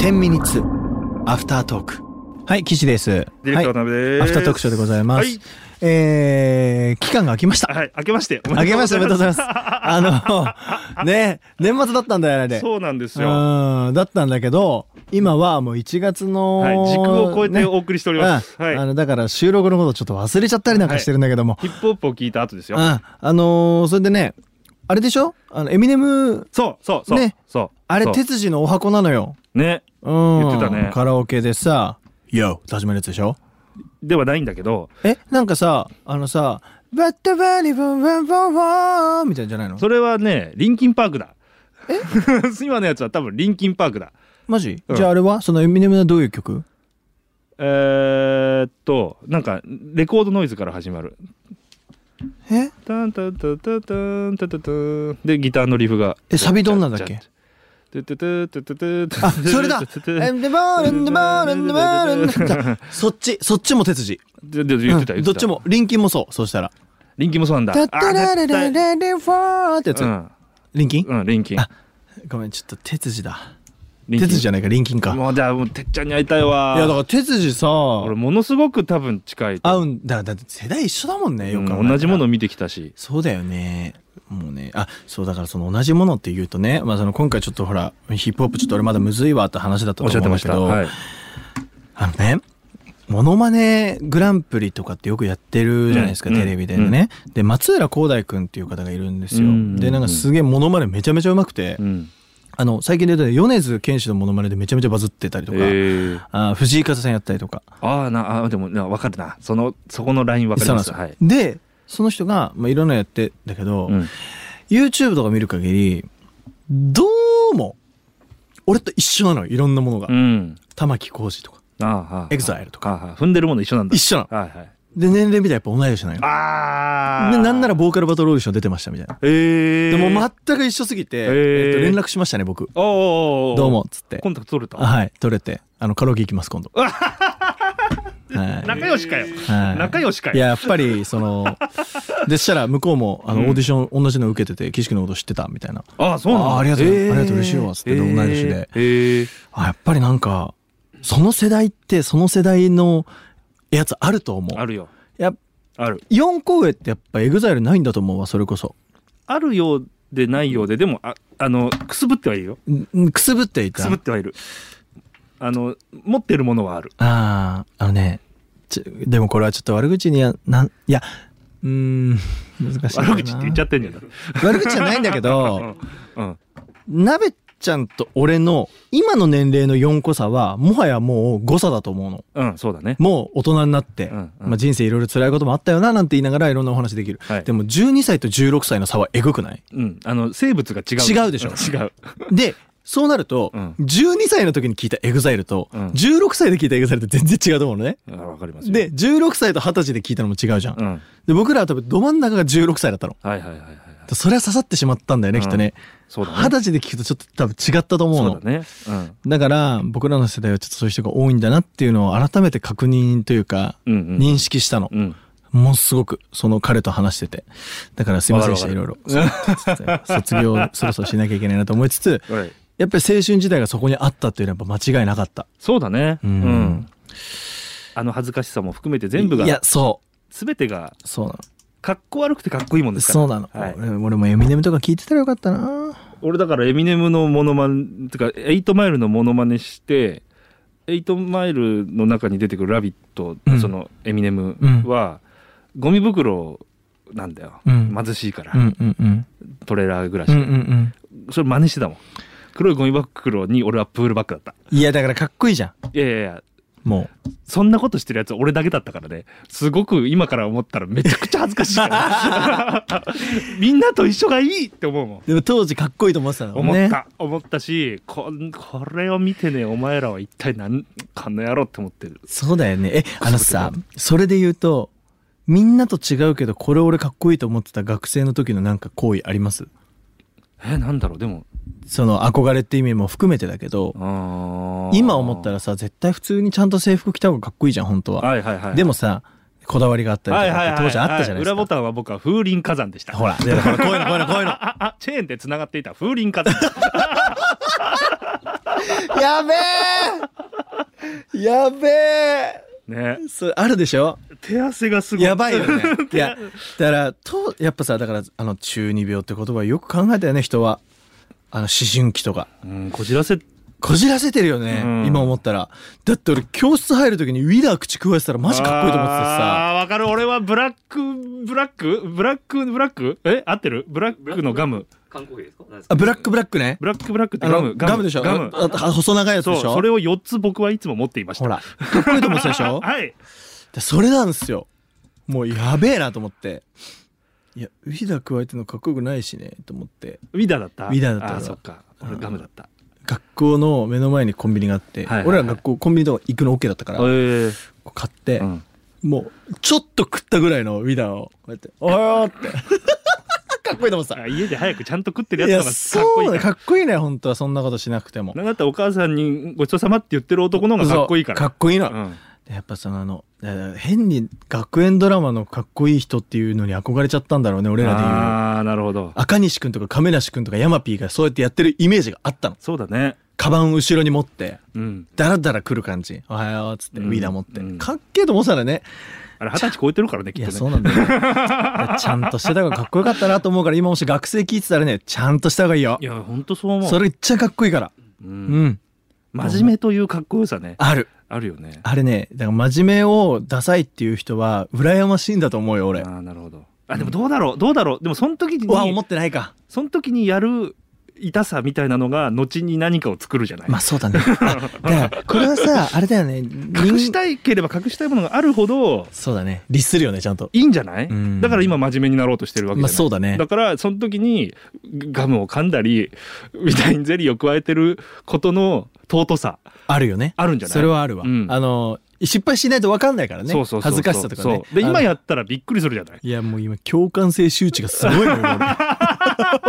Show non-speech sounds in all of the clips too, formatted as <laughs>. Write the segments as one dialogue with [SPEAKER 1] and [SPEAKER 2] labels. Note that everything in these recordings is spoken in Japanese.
[SPEAKER 1] 天ミニッツアフタートークはい岸です
[SPEAKER 2] ディレクター
[SPEAKER 1] は
[SPEAKER 2] 渡
[SPEAKER 1] い、
[SPEAKER 2] 辺です
[SPEAKER 1] アフタートークショーでございます、
[SPEAKER 2] はい
[SPEAKER 1] えー、期間が空きました
[SPEAKER 2] はい、明けまして。お
[SPEAKER 1] あ
[SPEAKER 2] めで
[SPEAKER 1] げ
[SPEAKER 2] とう
[SPEAKER 1] ました、おめでとうございます。あの、ね、年末だったんだよ、あれ。
[SPEAKER 2] そうなんですよ。は
[SPEAKER 1] うん、だったんだけど、今はもう1月の、
[SPEAKER 2] い、時空を超えてお送りしております。
[SPEAKER 1] ねうんあ
[SPEAKER 2] はい。
[SPEAKER 1] の、だから収録のことちょっと忘れちゃったりなんかしてるんだけども。
[SPEAKER 2] ヒップホップを聞いた後ですよ。
[SPEAKER 1] ああのーそれでね、あれでしょあの、エミネム、
[SPEAKER 2] そう、そう、そう、
[SPEAKER 1] ね
[SPEAKER 2] そう。
[SPEAKER 1] あれ、
[SPEAKER 2] そう
[SPEAKER 1] 手筋のお箱なのよ。
[SPEAKER 2] ね、
[SPEAKER 1] うん。
[SPEAKER 2] 言ってたね
[SPEAKER 1] カラオケでさ、YO! って始まるやつでしょ
[SPEAKER 2] ではないんだけど、
[SPEAKER 1] え、なんかさ、あのさ、バッタバリバンバンバンバンみたいなんじゃないの
[SPEAKER 2] それはね、リンキンパークだ。え今のやつは多分リンキンパークだ。
[SPEAKER 1] マジ、
[SPEAKER 2] うん
[SPEAKER 1] じゃああれはそのエミネムはどういう曲
[SPEAKER 2] えー、っと、なんか、レコードノイズから始まる。
[SPEAKER 1] え
[SPEAKER 2] タンタンタンタンタンタンタンタンで、ギターのリフが。
[SPEAKER 1] えサビどんなんだっけ
[SPEAKER 2] トゥトゥトゥトゥトゥトゥ
[SPEAKER 1] あ、そ
[SPEAKER 2] <laughs>
[SPEAKER 1] れだエンデバー、エンデバー、エンデバー、エンデバー。 <laughs> そっち、そっちも手筋。
[SPEAKER 2] でで言ってた、
[SPEAKER 1] う
[SPEAKER 2] 言
[SPEAKER 1] ん
[SPEAKER 2] って
[SPEAKER 1] ど
[SPEAKER 2] た。
[SPEAKER 1] っち。も、リンキンもそう、そうしたら。
[SPEAKER 2] リンキンもそうなんだ。
[SPEAKER 1] タッタララ
[SPEAKER 2] 絶
[SPEAKER 1] ラ
[SPEAKER 2] 対
[SPEAKER 1] ラレファーってやつ。リンキン
[SPEAKER 2] うん、うん、リンキン
[SPEAKER 1] あ。ごめん、ちょっと手筋だ。
[SPEAKER 2] リ
[SPEAKER 1] 手
[SPEAKER 2] ンキン
[SPEAKER 1] 筋じゃないか、リンキンか。いや、
[SPEAKER 2] もうじゃあ、もう、てっちゃんに会いたいわ。
[SPEAKER 1] だから手筋さ、
[SPEAKER 2] 俺、ものすごく多分近いと
[SPEAKER 1] 合
[SPEAKER 2] 思う。
[SPEAKER 1] うんだ。だって世代一緒だもんね、よく考えた
[SPEAKER 2] うん
[SPEAKER 1] ら
[SPEAKER 2] 同じもの。見てきたし。
[SPEAKER 1] そうだよね。もうね、あ、そうだからその同じものって言うとね、まあその今回ちょっとほら、ヒップホップちょっと俺まだむずいわって話だったと
[SPEAKER 2] おっし
[SPEAKER 1] 思う
[SPEAKER 2] ゃって
[SPEAKER 1] ん
[SPEAKER 2] ま
[SPEAKER 1] だ
[SPEAKER 2] し
[SPEAKER 1] け
[SPEAKER 2] た。
[SPEAKER 1] ど、
[SPEAKER 2] はい。
[SPEAKER 1] あのね、モノマネグランプリとかってよくやってるじゃないですか、
[SPEAKER 2] うん
[SPEAKER 1] テレビでね。で、松浦航大君っていう方がいるんですよ。
[SPEAKER 2] うん
[SPEAKER 1] で、なんかすげえモノマネめちゃめちゃうまくて、
[SPEAKER 2] うん。
[SPEAKER 1] あの、最近で言うとね、米津玄師のモノマネでめちゃめちゃバズってたりと
[SPEAKER 2] え
[SPEAKER 1] か、
[SPEAKER 2] ー。
[SPEAKER 1] あ藤井風さんやったりとか。
[SPEAKER 2] ああ、な、あでも、なわかるな。その、そこのラインわかり
[SPEAKER 1] そうな
[SPEAKER 2] ま
[SPEAKER 1] んです
[SPEAKER 2] す。
[SPEAKER 1] よ
[SPEAKER 2] はい。
[SPEAKER 1] で、その人が、まあ、いろんなのやってんだけど、
[SPEAKER 2] うん
[SPEAKER 1] YouTube とか見る限り、どうも、俺と一緒なのよ、いろんなものが。
[SPEAKER 2] うん。
[SPEAKER 1] 玉置浩二とか、
[SPEAKER 2] ああ、はあ。
[SPEAKER 1] エグザイルとか。
[SPEAKER 2] ああ踏んでるもの一緒なんだ。
[SPEAKER 1] 一緒な
[SPEAKER 2] はいはい。
[SPEAKER 1] の。で、年齢見たらやっぱ同い年なのよ。
[SPEAKER 2] ああ。
[SPEAKER 1] で、なんなら、ボーカルバトルオーディション出てましたみたいな。
[SPEAKER 2] ええ。
[SPEAKER 1] でもう全く一緒すぎて、
[SPEAKER 2] ー
[SPEAKER 1] えっと連絡しましたね、僕。
[SPEAKER 2] おーおーおー
[SPEAKER 1] どうも、。つって
[SPEAKER 2] コ。ンタクト取れた。
[SPEAKER 1] あはい、取れて。あの、カラオケ行きます、
[SPEAKER 2] <laughs>
[SPEAKER 1] 今度。はい。
[SPEAKER 2] 仲良しかよ。
[SPEAKER 1] はい
[SPEAKER 2] 仲良しか
[SPEAKER 1] い
[SPEAKER 2] よ。
[SPEAKER 1] や、やっぱり、そ
[SPEAKER 2] <laughs>
[SPEAKER 1] の、でしたら、向こうも、あの、オーディション、同じの受けてて、岸君のこと知ってた、みたいな。
[SPEAKER 2] ああ、そうなんだ
[SPEAKER 1] あありがとう
[SPEAKER 2] えー
[SPEAKER 1] ありがとう嬉しいわつって同い年で
[SPEAKER 2] えーえー
[SPEAKER 1] あ、やっぱりなんか、その世代って、その世代のやつあると思う。
[SPEAKER 2] あるよ。
[SPEAKER 1] や
[SPEAKER 2] ある。
[SPEAKER 1] 4個上ってやっぱエグザイルないんだと思うわ、それこそ。
[SPEAKER 2] あるようでないようで、でも、あ、あの、くすぶってはいるよ。
[SPEAKER 1] んくすぶってい
[SPEAKER 2] く
[SPEAKER 1] た。
[SPEAKER 2] すぶってはいる。あの、持ってるものはある。
[SPEAKER 1] ああ、あのね、ちょでもこれはちょっと悪口には、なん、いや、うーん、難しいな。
[SPEAKER 2] 悪口って言っちゃってんじゃん。
[SPEAKER 1] 悪口じゃないんだけど、
[SPEAKER 2] うん。
[SPEAKER 1] なべちゃんと俺の今の年齢の4個差は、もはやもう誤差だと思うの。
[SPEAKER 2] うん、そうだね。
[SPEAKER 1] もう大人になって、
[SPEAKER 2] うんうん
[SPEAKER 1] まあ、人生いろいろ辛いこともあったよな、なんて言いながらいろんなお話できる。
[SPEAKER 2] はい
[SPEAKER 1] でも12歳と16歳の差はえぐくない
[SPEAKER 2] うん。あの、生物が違う。
[SPEAKER 1] 違うでしょ
[SPEAKER 2] ん <laughs> 違う。
[SPEAKER 1] で、そうなると、
[SPEAKER 2] うん
[SPEAKER 1] 12歳の時に聞いたエグザイルと、
[SPEAKER 2] うん
[SPEAKER 1] 16歳で聞いたエグザイルって全然違うと思うのね。
[SPEAKER 2] あわかりますよ。、
[SPEAKER 1] で、16歳と20歳で聞いたのも違うじゃん。
[SPEAKER 2] うん。はい
[SPEAKER 1] で、僕らは多分ど真ん中が16歳だったの。
[SPEAKER 2] はいはいはい。
[SPEAKER 1] それは刺さってしまったんだよね、
[SPEAKER 2] うん
[SPEAKER 1] きっとね。
[SPEAKER 2] そうだ
[SPEAKER 1] 二
[SPEAKER 2] ね。
[SPEAKER 1] 十歳で聞くとちょっと多分違ったと思う
[SPEAKER 2] そ
[SPEAKER 1] の。
[SPEAKER 2] うだね。うん。
[SPEAKER 1] だから、僕らの世代はちょっとそういう人が多いんだなっていうのを改めて確認というか、
[SPEAKER 2] うんうん
[SPEAKER 1] 認識したの。
[SPEAKER 2] うん。
[SPEAKER 1] もうすごく、その彼と話してて。だからすいませんでした、い
[SPEAKER 2] わか
[SPEAKER 1] ろい
[SPEAKER 2] る
[SPEAKER 1] ろ。卒業そろそろしなきゃいけないなと思いつ
[SPEAKER 2] <laughs>
[SPEAKER 1] つ、
[SPEAKER 2] はい。
[SPEAKER 1] やっぱり青春時代がそこにあったっていうのはやっぱ間違いなかった。
[SPEAKER 2] そうだね。
[SPEAKER 1] う
[SPEAKER 2] うんん。あの恥ずかしさも含めて全部
[SPEAKER 1] い
[SPEAKER 2] が
[SPEAKER 1] や、、そ
[SPEAKER 2] すべてが、
[SPEAKER 1] う。そうなの。
[SPEAKER 2] かっこ悪くてかっこいいもんですか
[SPEAKER 1] そ
[SPEAKER 2] ら。
[SPEAKER 1] うなの、
[SPEAKER 2] はい
[SPEAKER 1] 俺俺もエミネムとか聞いてたらよかったな
[SPEAKER 2] 俺だからエミネムのモノマネてかエイトマイルのモノマネしてエイトマイルの中に出てくる「ラビット!
[SPEAKER 1] うん」
[SPEAKER 2] そのエミネムは、ゴミ袋なんだよ、
[SPEAKER 1] うん
[SPEAKER 2] 貧しいから、
[SPEAKER 1] うんうんうん。
[SPEAKER 2] トレーラー暮らし
[SPEAKER 1] うんうん
[SPEAKER 2] で、
[SPEAKER 1] うん。
[SPEAKER 2] それ真似してたもん黒いゴミ袋に俺はプールバッグだった
[SPEAKER 1] いや、だからかっこいいじゃん。
[SPEAKER 2] いやいやいや
[SPEAKER 1] もう
[SPEAKER 2] そんなことしてるやつ俺だけだったからねすごく今から思ったらめちゃくちゃ恥ずかしいから
[SPEAKER 1] <laughs>
[SPEAKER 2] みんなと一緒がいいって思うもん
[SPEAKER 1] でも当時かっこいいと思ってたの
[SPEAKER 2] 思
[SPEAKER 1] も
[SPEAKER 2] っ
[SPEAKER 1] んね
[SPEAKER 2] た、思ったしこんこれを見てねお前らは一体何この野郎って思ってる
[SPEAKER 1] そうだよねえあの
[SPEAKER 2] そうだ
[SPEAKER 1] さそれで言うとみんなと違うけどこれ俺かっこいいと思ってた学生の時のなんか行為あります
[SPEAKER 2] えなんだろうでも
[SPEAKER 1] その憧れって意味も含めてだけど今
[SPEAKER 2] 今
[SPEAKER 1] 思ったらさ絶対普通にちゃんと制服着た方がかっこいいじゃん本当は、
[SPEAKER 2] はいはいはい
[SPEAKER 1] でもさこだわりがあったり
[SPEAKER 2] はい
[SPEAKER 1] と
[SPEAKER 2] はい
[SPEAKER 1] か
[SPEAKER 2] は
[SPEAKER 1] っ
[SPEAKER 2] い
[SPEAKER 1] て当時あったじゃないですか、
[SPEAKER 2] 裏ボタンは僕は風林火山でした
[SPEAKER 1] ほらでほらこういうのこういうのこういうの
[SPEAKER 2] ああチェーンでつながっていた風林火山
[SPEAKER 1] やべえやべえ
[SPEAKER 2] ね
[SPEAKER 1] それあるでしょ
[SPEAKER 2] 手汗がすごい
[SPEAKER 1] やばいよ
[SPEAKER 2] <laughs>
[SPEAKER 1] ねいやだからとやっぱさだからあの中二病って言葉よく考えたよね人はあの思春期とか
[SPEAKER 2] うんこじらせ
[SPEAKER 1] こじらせてるよね、
[SPEAKER 2] うん
[SPEAKER 1] 今思ったらだって俺教室入る時にウィダー口食わしてたらマジかっこいいと思ってたしさ
[SPEAKER 2] あーわかる俺はブラックブラックブラックブラックえ合ってるブラックのガム
[SPEAKER 3] 缶コーヒーですか何ですか
[SPEAKER 1] あブラックブラックね
[SPEAKER 2] ブラックブラックって
[SPEAKER 1] あ
[SPEAKER 2] ガ
[SPEAKER 1] の
[SPEAKER 2] ム
[SPEAKER 1] ガムでしょ
[SPEAKER 2] ガム
[SPEAKER 1] ああ細長いやつ
[SPEAKER 2] そ
[SPEAKER 1] で
[SPEAKER 2] う
[SPEAKER 1] しょ
[SPEAKER 2] それを4つ僕はいつも持っていました
[SPEAKER 1] ほらかっこいいと思ってたでし
[SPEAKER 2] <laughs>
[SPEAKER 1] ょ
[SPEAKER 2] はい
[SPEAKER 1] でそれなんですよもうやべえなと思っていやウィダー加えてるのかっこよくないしねと思って
[SPEAKER 2] ウィダーだった
[SPEAKER 1] ウィダーだった
[SPEAKER 2] あ
[SPEAKER 1] 俺は
[SPEAKER 2] そっか俺ガムだった
[SPEAKER 1] 学校の目の前にコンビニがあって、
[SPEAKER 2] はいはいはい
[SPEAKER 1] 俺ら学校コンビニとか行くの OK だったから、
[SPEAKER 2] え
[SPEAKER 1] こう買って、
[SPEAKER 2] ん
[SPEAKER 1] もうちょっと食ったぐらいのウィダーをこうやって「おー!」って <laughs> かっこいいと思ってた
[SPEAKER 2] あ家で早くちゃんと食ってる
[SPEAKER 1] い
[SPEAKER 2] や
[SPEAKER 1] や
[SPEAKER 2] つの
[SPEAKER 1] そうだ
[SPEAKER 2] 方がかっこいい
[SPEAKER 1] ね
[SPEAKER 2] から
[SPEAKER 1] かっこいいね本当はそんなことしなくても
[SPEAKER 2] なんだったらお母さんにごちそうさまって言ってる男の方がかっこいいから
[SPEAKER 1] そうかっこいいの、
[SPEAKER 2] うん
[SPEAKER 1] やっぱそのあのだから変に学園ドラマのかっこいい人っていうのに憧れちゃったんだろうね俺らで言う
[SPEAKER 2] ああなるほど
[SPEAKER 1] 赤西くんとか亀梨くんとかヤマピーがそうやってやってるイメージがあったの。
[SPEAKER 2] そうだね
[SPEAKER 1] カバン後ろに持って、
[SPEAKER 2] うん
[SPEAKER 1] ダラダラ来る感じ。おはようっつって、
[SPEAKER 2] う
[SPEAKER 1] ウ
[SPEAKER 2] ん
[SPEAKER 1] ィーダー持って。
[SPEAKER 2] うん
[SPEAKER 1] かっけえと思ってたらね。
[SPEAKER 2] あれ二十歳超えてるからね
[SPEAKER 1] い
[SPEAKER 2] きっ
[SPEAKER 1] や、
[SPEAKER 2] と
[SPEAKER 1] そうな
[SPEAKER 2] ね
[SPEAKER 1] んだよ。だ
[SPEAKER 2] <laughs>
[SPEAKER 1] からちゃんとしてた方がかっこよかったなと思うから、今もし学生聞いてたらね、ちゃんとした方がいいよ
[SPEAKER 2] い。や本当そう思う
[SPEAKER 1] それいっちゃかっこいいから。
[SPEAKER 2] う
[SPEAKER 1] うんん。
[SPEAKER 2] 真面目というかっこよさね
[SPEAKER 1] ある。
[SPEAKER 2] あるよね
[SPEAKER 1] あれね、だから真面目をダサいっていう人は、羨ましいんだと思うよ、俺。
[SPEAKER 2] ああなるほどあでもどうだろうどうだろうでもその時
[SPEAKER 1] うわ、思
[SPEAKER 2] に
[SPEAKER 1] ってないか。
[SPEAKER 2] その時にやる痛さみたいなのが後に何かを作るじゃない、
[SPEAKER 1] まあそうだね。あだから、これはさ、あれだよね。
[SPEAKER 2] 隠し
[SPEAKER 1] い。
[SPEAKER 2] たいければ隠したいものがあるほど
[SPEAKER 1] そうだね。律するよね、ちゃんと。
[SPEAKER 2] いいんじゃない、
[SPEAKER 1] うん
[SPEAKER 2] だから今真面目になろうとしてるわけじゃな
[SPEAKER 1] まあ
[SPEAKER 2] い、
[SPEAKER 1] そうだね。
[SPEAKER 2] だからその時にガムを噛んだり <laughs> みたいにゼリーを加えてることの尊さ
[SPEAKER 1] あるよね。
[SPEAKER 2] あるんじゃない
[SPEAKER 1] それはあるわ、
[SPEAKER 2] うん
[SPEAKER 1] あの失敗しないと分かんないからね
[SPEAKER 2] そうそうそうそう
[SPEAKER 1] 恥ずかしさとかね
[SPEAKER 2] そうで今
[SPEAKER 1] あの
[SPEAKER 2] やったらびっくりする
[SPEAKER 1] <laughs>
[SPEAKER 2] じゃない
[SPEAKER 1] いやもう今共感性周知がすごいのよ
[SPEAKER 2] <laughs>
[SPEAKER 1] 俺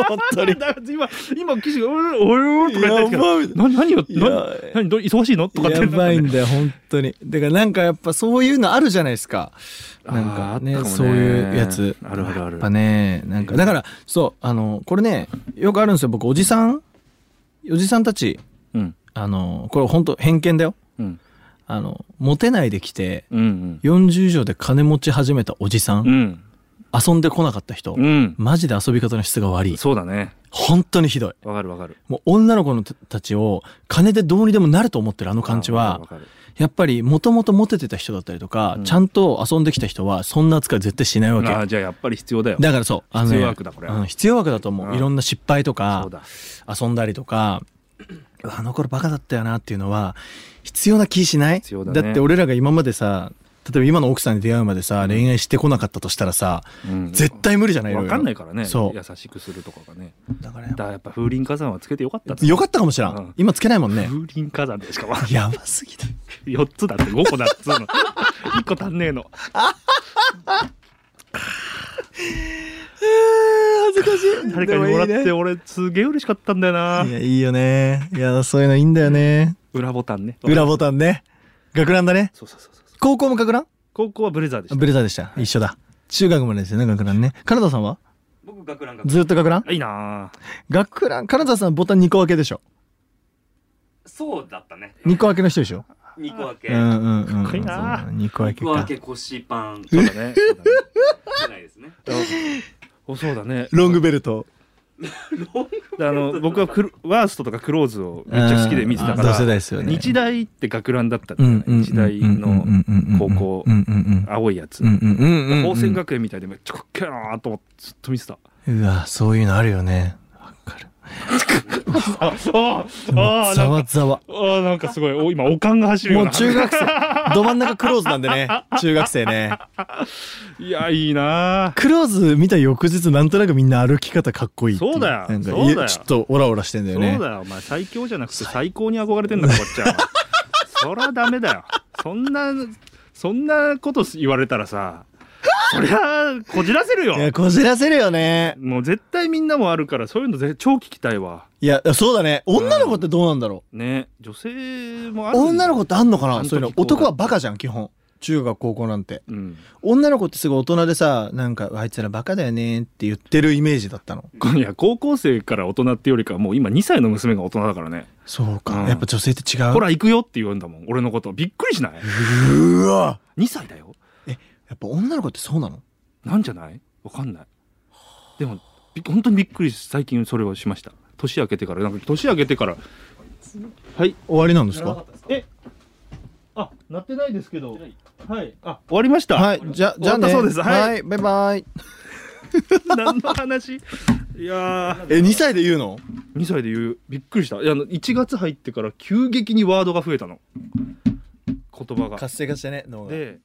[SPEAKER 1] 本当に
[SPEAKER 2] だから今今記事が「おいおいおい」とか言ってるけ
[SPEAKER 1] やば
[SPEAKER 2] ど
[SPEAKER 1] い
[SPEAKER 2] 「何何を
[SPEAKER 1] いや
[SPEAKER 2] 何何ど忙しいの?」とかって
[SPEAKER 1] やばいん
[SPEAKER 2] なんか
[SPEAKER 1] だ
[SPEAKER 2] ね
[SPEAKER 1] よ本当にだからなんかやっぱそういうのあるじゃないですかなん
[SPEAKER 2] あーあ
[SPEAKER 1] か
[SPEAKER 2] った
[SPEAKER 1] ね
[SPEAKER 2] かもね
[SPEAKER 1] そういうやつ
[SPEAKER 2] あるあるある
[SPEAKER 1] やっぱねなんかだからそうあのこれねよくあるんですよ僕おじさんおじさんたち
[SPEAKER 2] うん
[SPEAKER 1] あのこれ本当偏見だよ
[SPEAKER 2] うん
[SPEAKER 1] あのモテないできて
[SPEAKER 2] うん
[SPEAKER 1] 40以上で金持ち始めたおじさん、
[SPEAKER 2] うん
[SPEAKER 1] 遊んでこなかった人、
[SPEAKER 2] うん
[SPEAKER 1] マジで遊び方の質が悪い。
[SPEAKER 2] そうだね
[SPEAKER 1] 本当にひどい。
[SPEAKER 2] わかるわかる
[SPEAKER 1] もう女の子のたたちを金でどうにでもなると思ってるあの感じ
[SPEAKER 2] あ
[SPEAKER 1] は
[SPEAKER 2] わ、かる
[SPEAKER 1] やっぱりもともとモテてた人だったりとか、
[SPEAKER 2] うん
[SPEAKER 1] ちゃんと遊んできた人はそんな扱い絶対しないわ
[SPEAKER 2] わ
[SPEAKER 1] け。
[SPEAKER 2] かるあーじゃあやっぱり必要だよ
[SPEAKER 1] だからそう。あのね
[SPEAKER 2] 必要悪だこれは
[SPEAKER 1] うん必要枠だと思
[SPEAKER 2] う
[SPEAKER 1] う。
[SPEAKER 2] ん
[SPEAKER 1] いろんな失敗と
[SPEAKER 2] そ
[SPEAKER 1] か
[SPEAKER 2] う、だ
[SPEAKER 1] 遊んだりとか、うわあの頃バカだったよなっていうのは、必要な気しない
[SPEAKER 2] 必要だね
[SPEAKER 1] って俺らが今までさ、例えば今の奥さんに出会うまでさ、恋愛してこなかったとしたらさ、
[SPEAKER 2] うん
[SPEAKER 1] 絶対無理じゃない
[SPEAKER 2] わかんない
[SPEAKER 1] か
[SPEAKER 2] からね
[SPEAKER 1] そう
[SPEAKER 2] 優しくするとかがね
[SPEAKER 1] だから
[SPEAKER 2] だからやっぱ風林火山はつけてよかったね
[SPEAKER 1] よかったかもしらん。
[SPEAKER 2] うん
[SPEAKER 1] 今つけないも
[SPEAKER 2] <laughs>
[SPEAKER 1] んね。
[SPEAKER 2] 風林火山でしかも <laughs>
[SPEAKER 1] やばすぎだ。
[SPEAKER 2] 4つだって5個だっつうの1 <laughs> 個足んねえの
[SPEAKER 1] 恥ずかしい。
[SPEAKER 2] 誰かにもらっ
[SPEAKER 1] でいい
[SPEAKER 2] て
[SPEAKER 1] ね
[SPEAKER 2] 俺すげえ嬉しかったんだよない
[SPEAKER 1] や、いいよね。いや、そういうのいいんだよね。
[SPEAKER 2] 裏ボタンね
[SPEAKER 1] 裏ボタンね。学ランだね。
[SPEAKER 2] そうそうそうそう
[SPEAKER 1] 高校も学ラン
[SPEAKER 2] 高校はブレザーでし
[SPEAKER 1] あブレザーでした。一緒だ。中学までですよね、学ランね。金田さんは
[SPEAKER 3] 僕学ラン学
[SPEAKER 1] ずっと学ラン
[SPEAKER 2] たいい
[SPEAKER 1] <laughs>
[SPEAKER 2] なあ
[SPEAKER 1] 学ラン、金田さんボタン2個分けでしょ。
[SPEAKER 3] そうだったね
[SPEAKER 1] 2個分けの人でしょ。
[SPEAKER 3] 2個分け、
[SPEAKER 1] う
[SPEAKER 3] 二
[SPEAKER 1] んうんうん。
[SPEAKER 2] かっこいいな
[SPEAKER 1] 2個分け
[SPEAKER 3] 個分
[SPEAKER 1] か。
[SPEAKER 3] け腰パンじ
[SPEAKER 2] そうだねそうだね
[SPEAKER 3] ゃないですね
[SPEAKER 2] おそう
[SPEAKER 1] <laughs>
[SPEAKER 2] だね
[SPEAKER 1] ロングベルト。
[SPEAKER 2] あの僕はクロワーストとかクローズをめっちゃ好きで見てたか
[SPEAKER 1] うん同世代
[SPEAKER 2] ら
[SPEAKER 1] ですよね。
[SPEAKER 2] 日大って学ランだったん
[SPEAKER 1] う
[SPEAKER 2] だよ
[SPEAKER 1] ん
[SPEAKER 2] ね
[SPEAKER 1] うんうんうんうんうんうん、
[SPEAKER 2] 日大の高校
[SPEAKER 1] うんうんうん。
[SPEAKER 2] 青いやつ
[SPEAKER 1] うんうんうんうんうん。
[SPEAKER 2] 宝仙学園みたいでめっちゃかっけえなーと思ってずっと見てた
[SPEAKER 1] うわそういうのあるよねわかる
[SPEAKER 2] ああああ
[SPEAKER 1] ざわざわ。
[SPEAKER 2] ああなんかすごいお今おかんが走るよ
[SPEAKER 1] も
[SPEAKER 2] う
[SPEAKER 1] う
[SPEAKER 2] な
[SPEAKER 1] 中学生、ど真ん中クローズなんで
[SPEAKER 2] <laughs>
[SPEAKER 1] ね、中学生ね。
[SPEAKER 2] いやいいな
[SPEAKER 1] クローズ見た翌日、なんとなくみんな歩き方かっこいいってい
[SPEAKER 2] そうだよ
[SPEAKER 1] なんか
[SPEAKER 2] そうだよ
[SPEAKER 1] いやちょっとオラオラしてんだよ
[SPEAKER 2] そう
[SPEAKER 1] ね。
[SPEAKER 2] だよお前最強じゃなくて最高に憧れてんだからこっちはそりゃダメだよそんなそんなこと言われたらさそりゃこじらせるよ
[SPEAKER 1] いや、こじらせるよね。
[SPEAKER 2] もう絶対みんなもあるからそういうのぜ超聞きたいわ
[SPEAKER 1] いや、そうだね。女の子ってどうなんだろ
[SPEAKER 2] ね女性もあ
[SPEAKER 1] う。
[SPEAKER 2] る
[SPEAKER 1] 女の子ってあんのか
[SPEAKER 2] あ
[SPEAKER 1] な
[SPEAKER 2] の時
[SPEAKER 1] そういうの。
[SPEAKER 2] こうだ
[SPEAKER 1] 男はバカじゃん、基本。中学、高校なんて。
[SPEAKER 2] うん
[SPEAKER 1] 女の子ってすごい大人でさ、なんか、あいつらバカだよねって言ってるイメージだったの。
[SPEAKER 2] いや高校生から大人ってよりかはもう今2歳の娘が大人だからね
[SPEAKER 1] そうか。
[SPEAKER 2] うん
[SPEAKER 1] やっぱ女性って違う。
[SPEAKER 2] ほら行くよって言うんだもん俺のことびっくり
[SPEAKER 1] <laughs>
[SPEAKER 2] しないう
[SPEAKER 1] わ。
[SPEAKER 2] 2歳だよ
[SPEAKER 1] やっぱ女の子ってそうなの
[SPEAKER 2] なんじゃないわかんないでもびっ本当にびっくりし最近それをしました年明けてからなんか年明けてからはい
[SPEAKER 1] 終わりなんです
[SPEAKER 3] 知らなか
[SPEAKER 1] か
[SPEAKER 3] ったですか
[SPEAKER 2] えあなってないですけどはいあ終わりました
[SPEAKER 1] はい、じゃ、じゃあね。
[SPEAKER 2] 終わったそうですはい
[SPEAKER 1] はい、バイバイ。
[SPEAKER 2] <laughs> 何の話いやー
[SPEAKER 1] え、2歳で言うの
[SPEAKER 2] 2歳で言うびっくりしたいやあの1月入ってから急激にワードが増えたの言葉が
[SPEAKER 1] 活性化してね、脳が。
[SPEAKER 2] で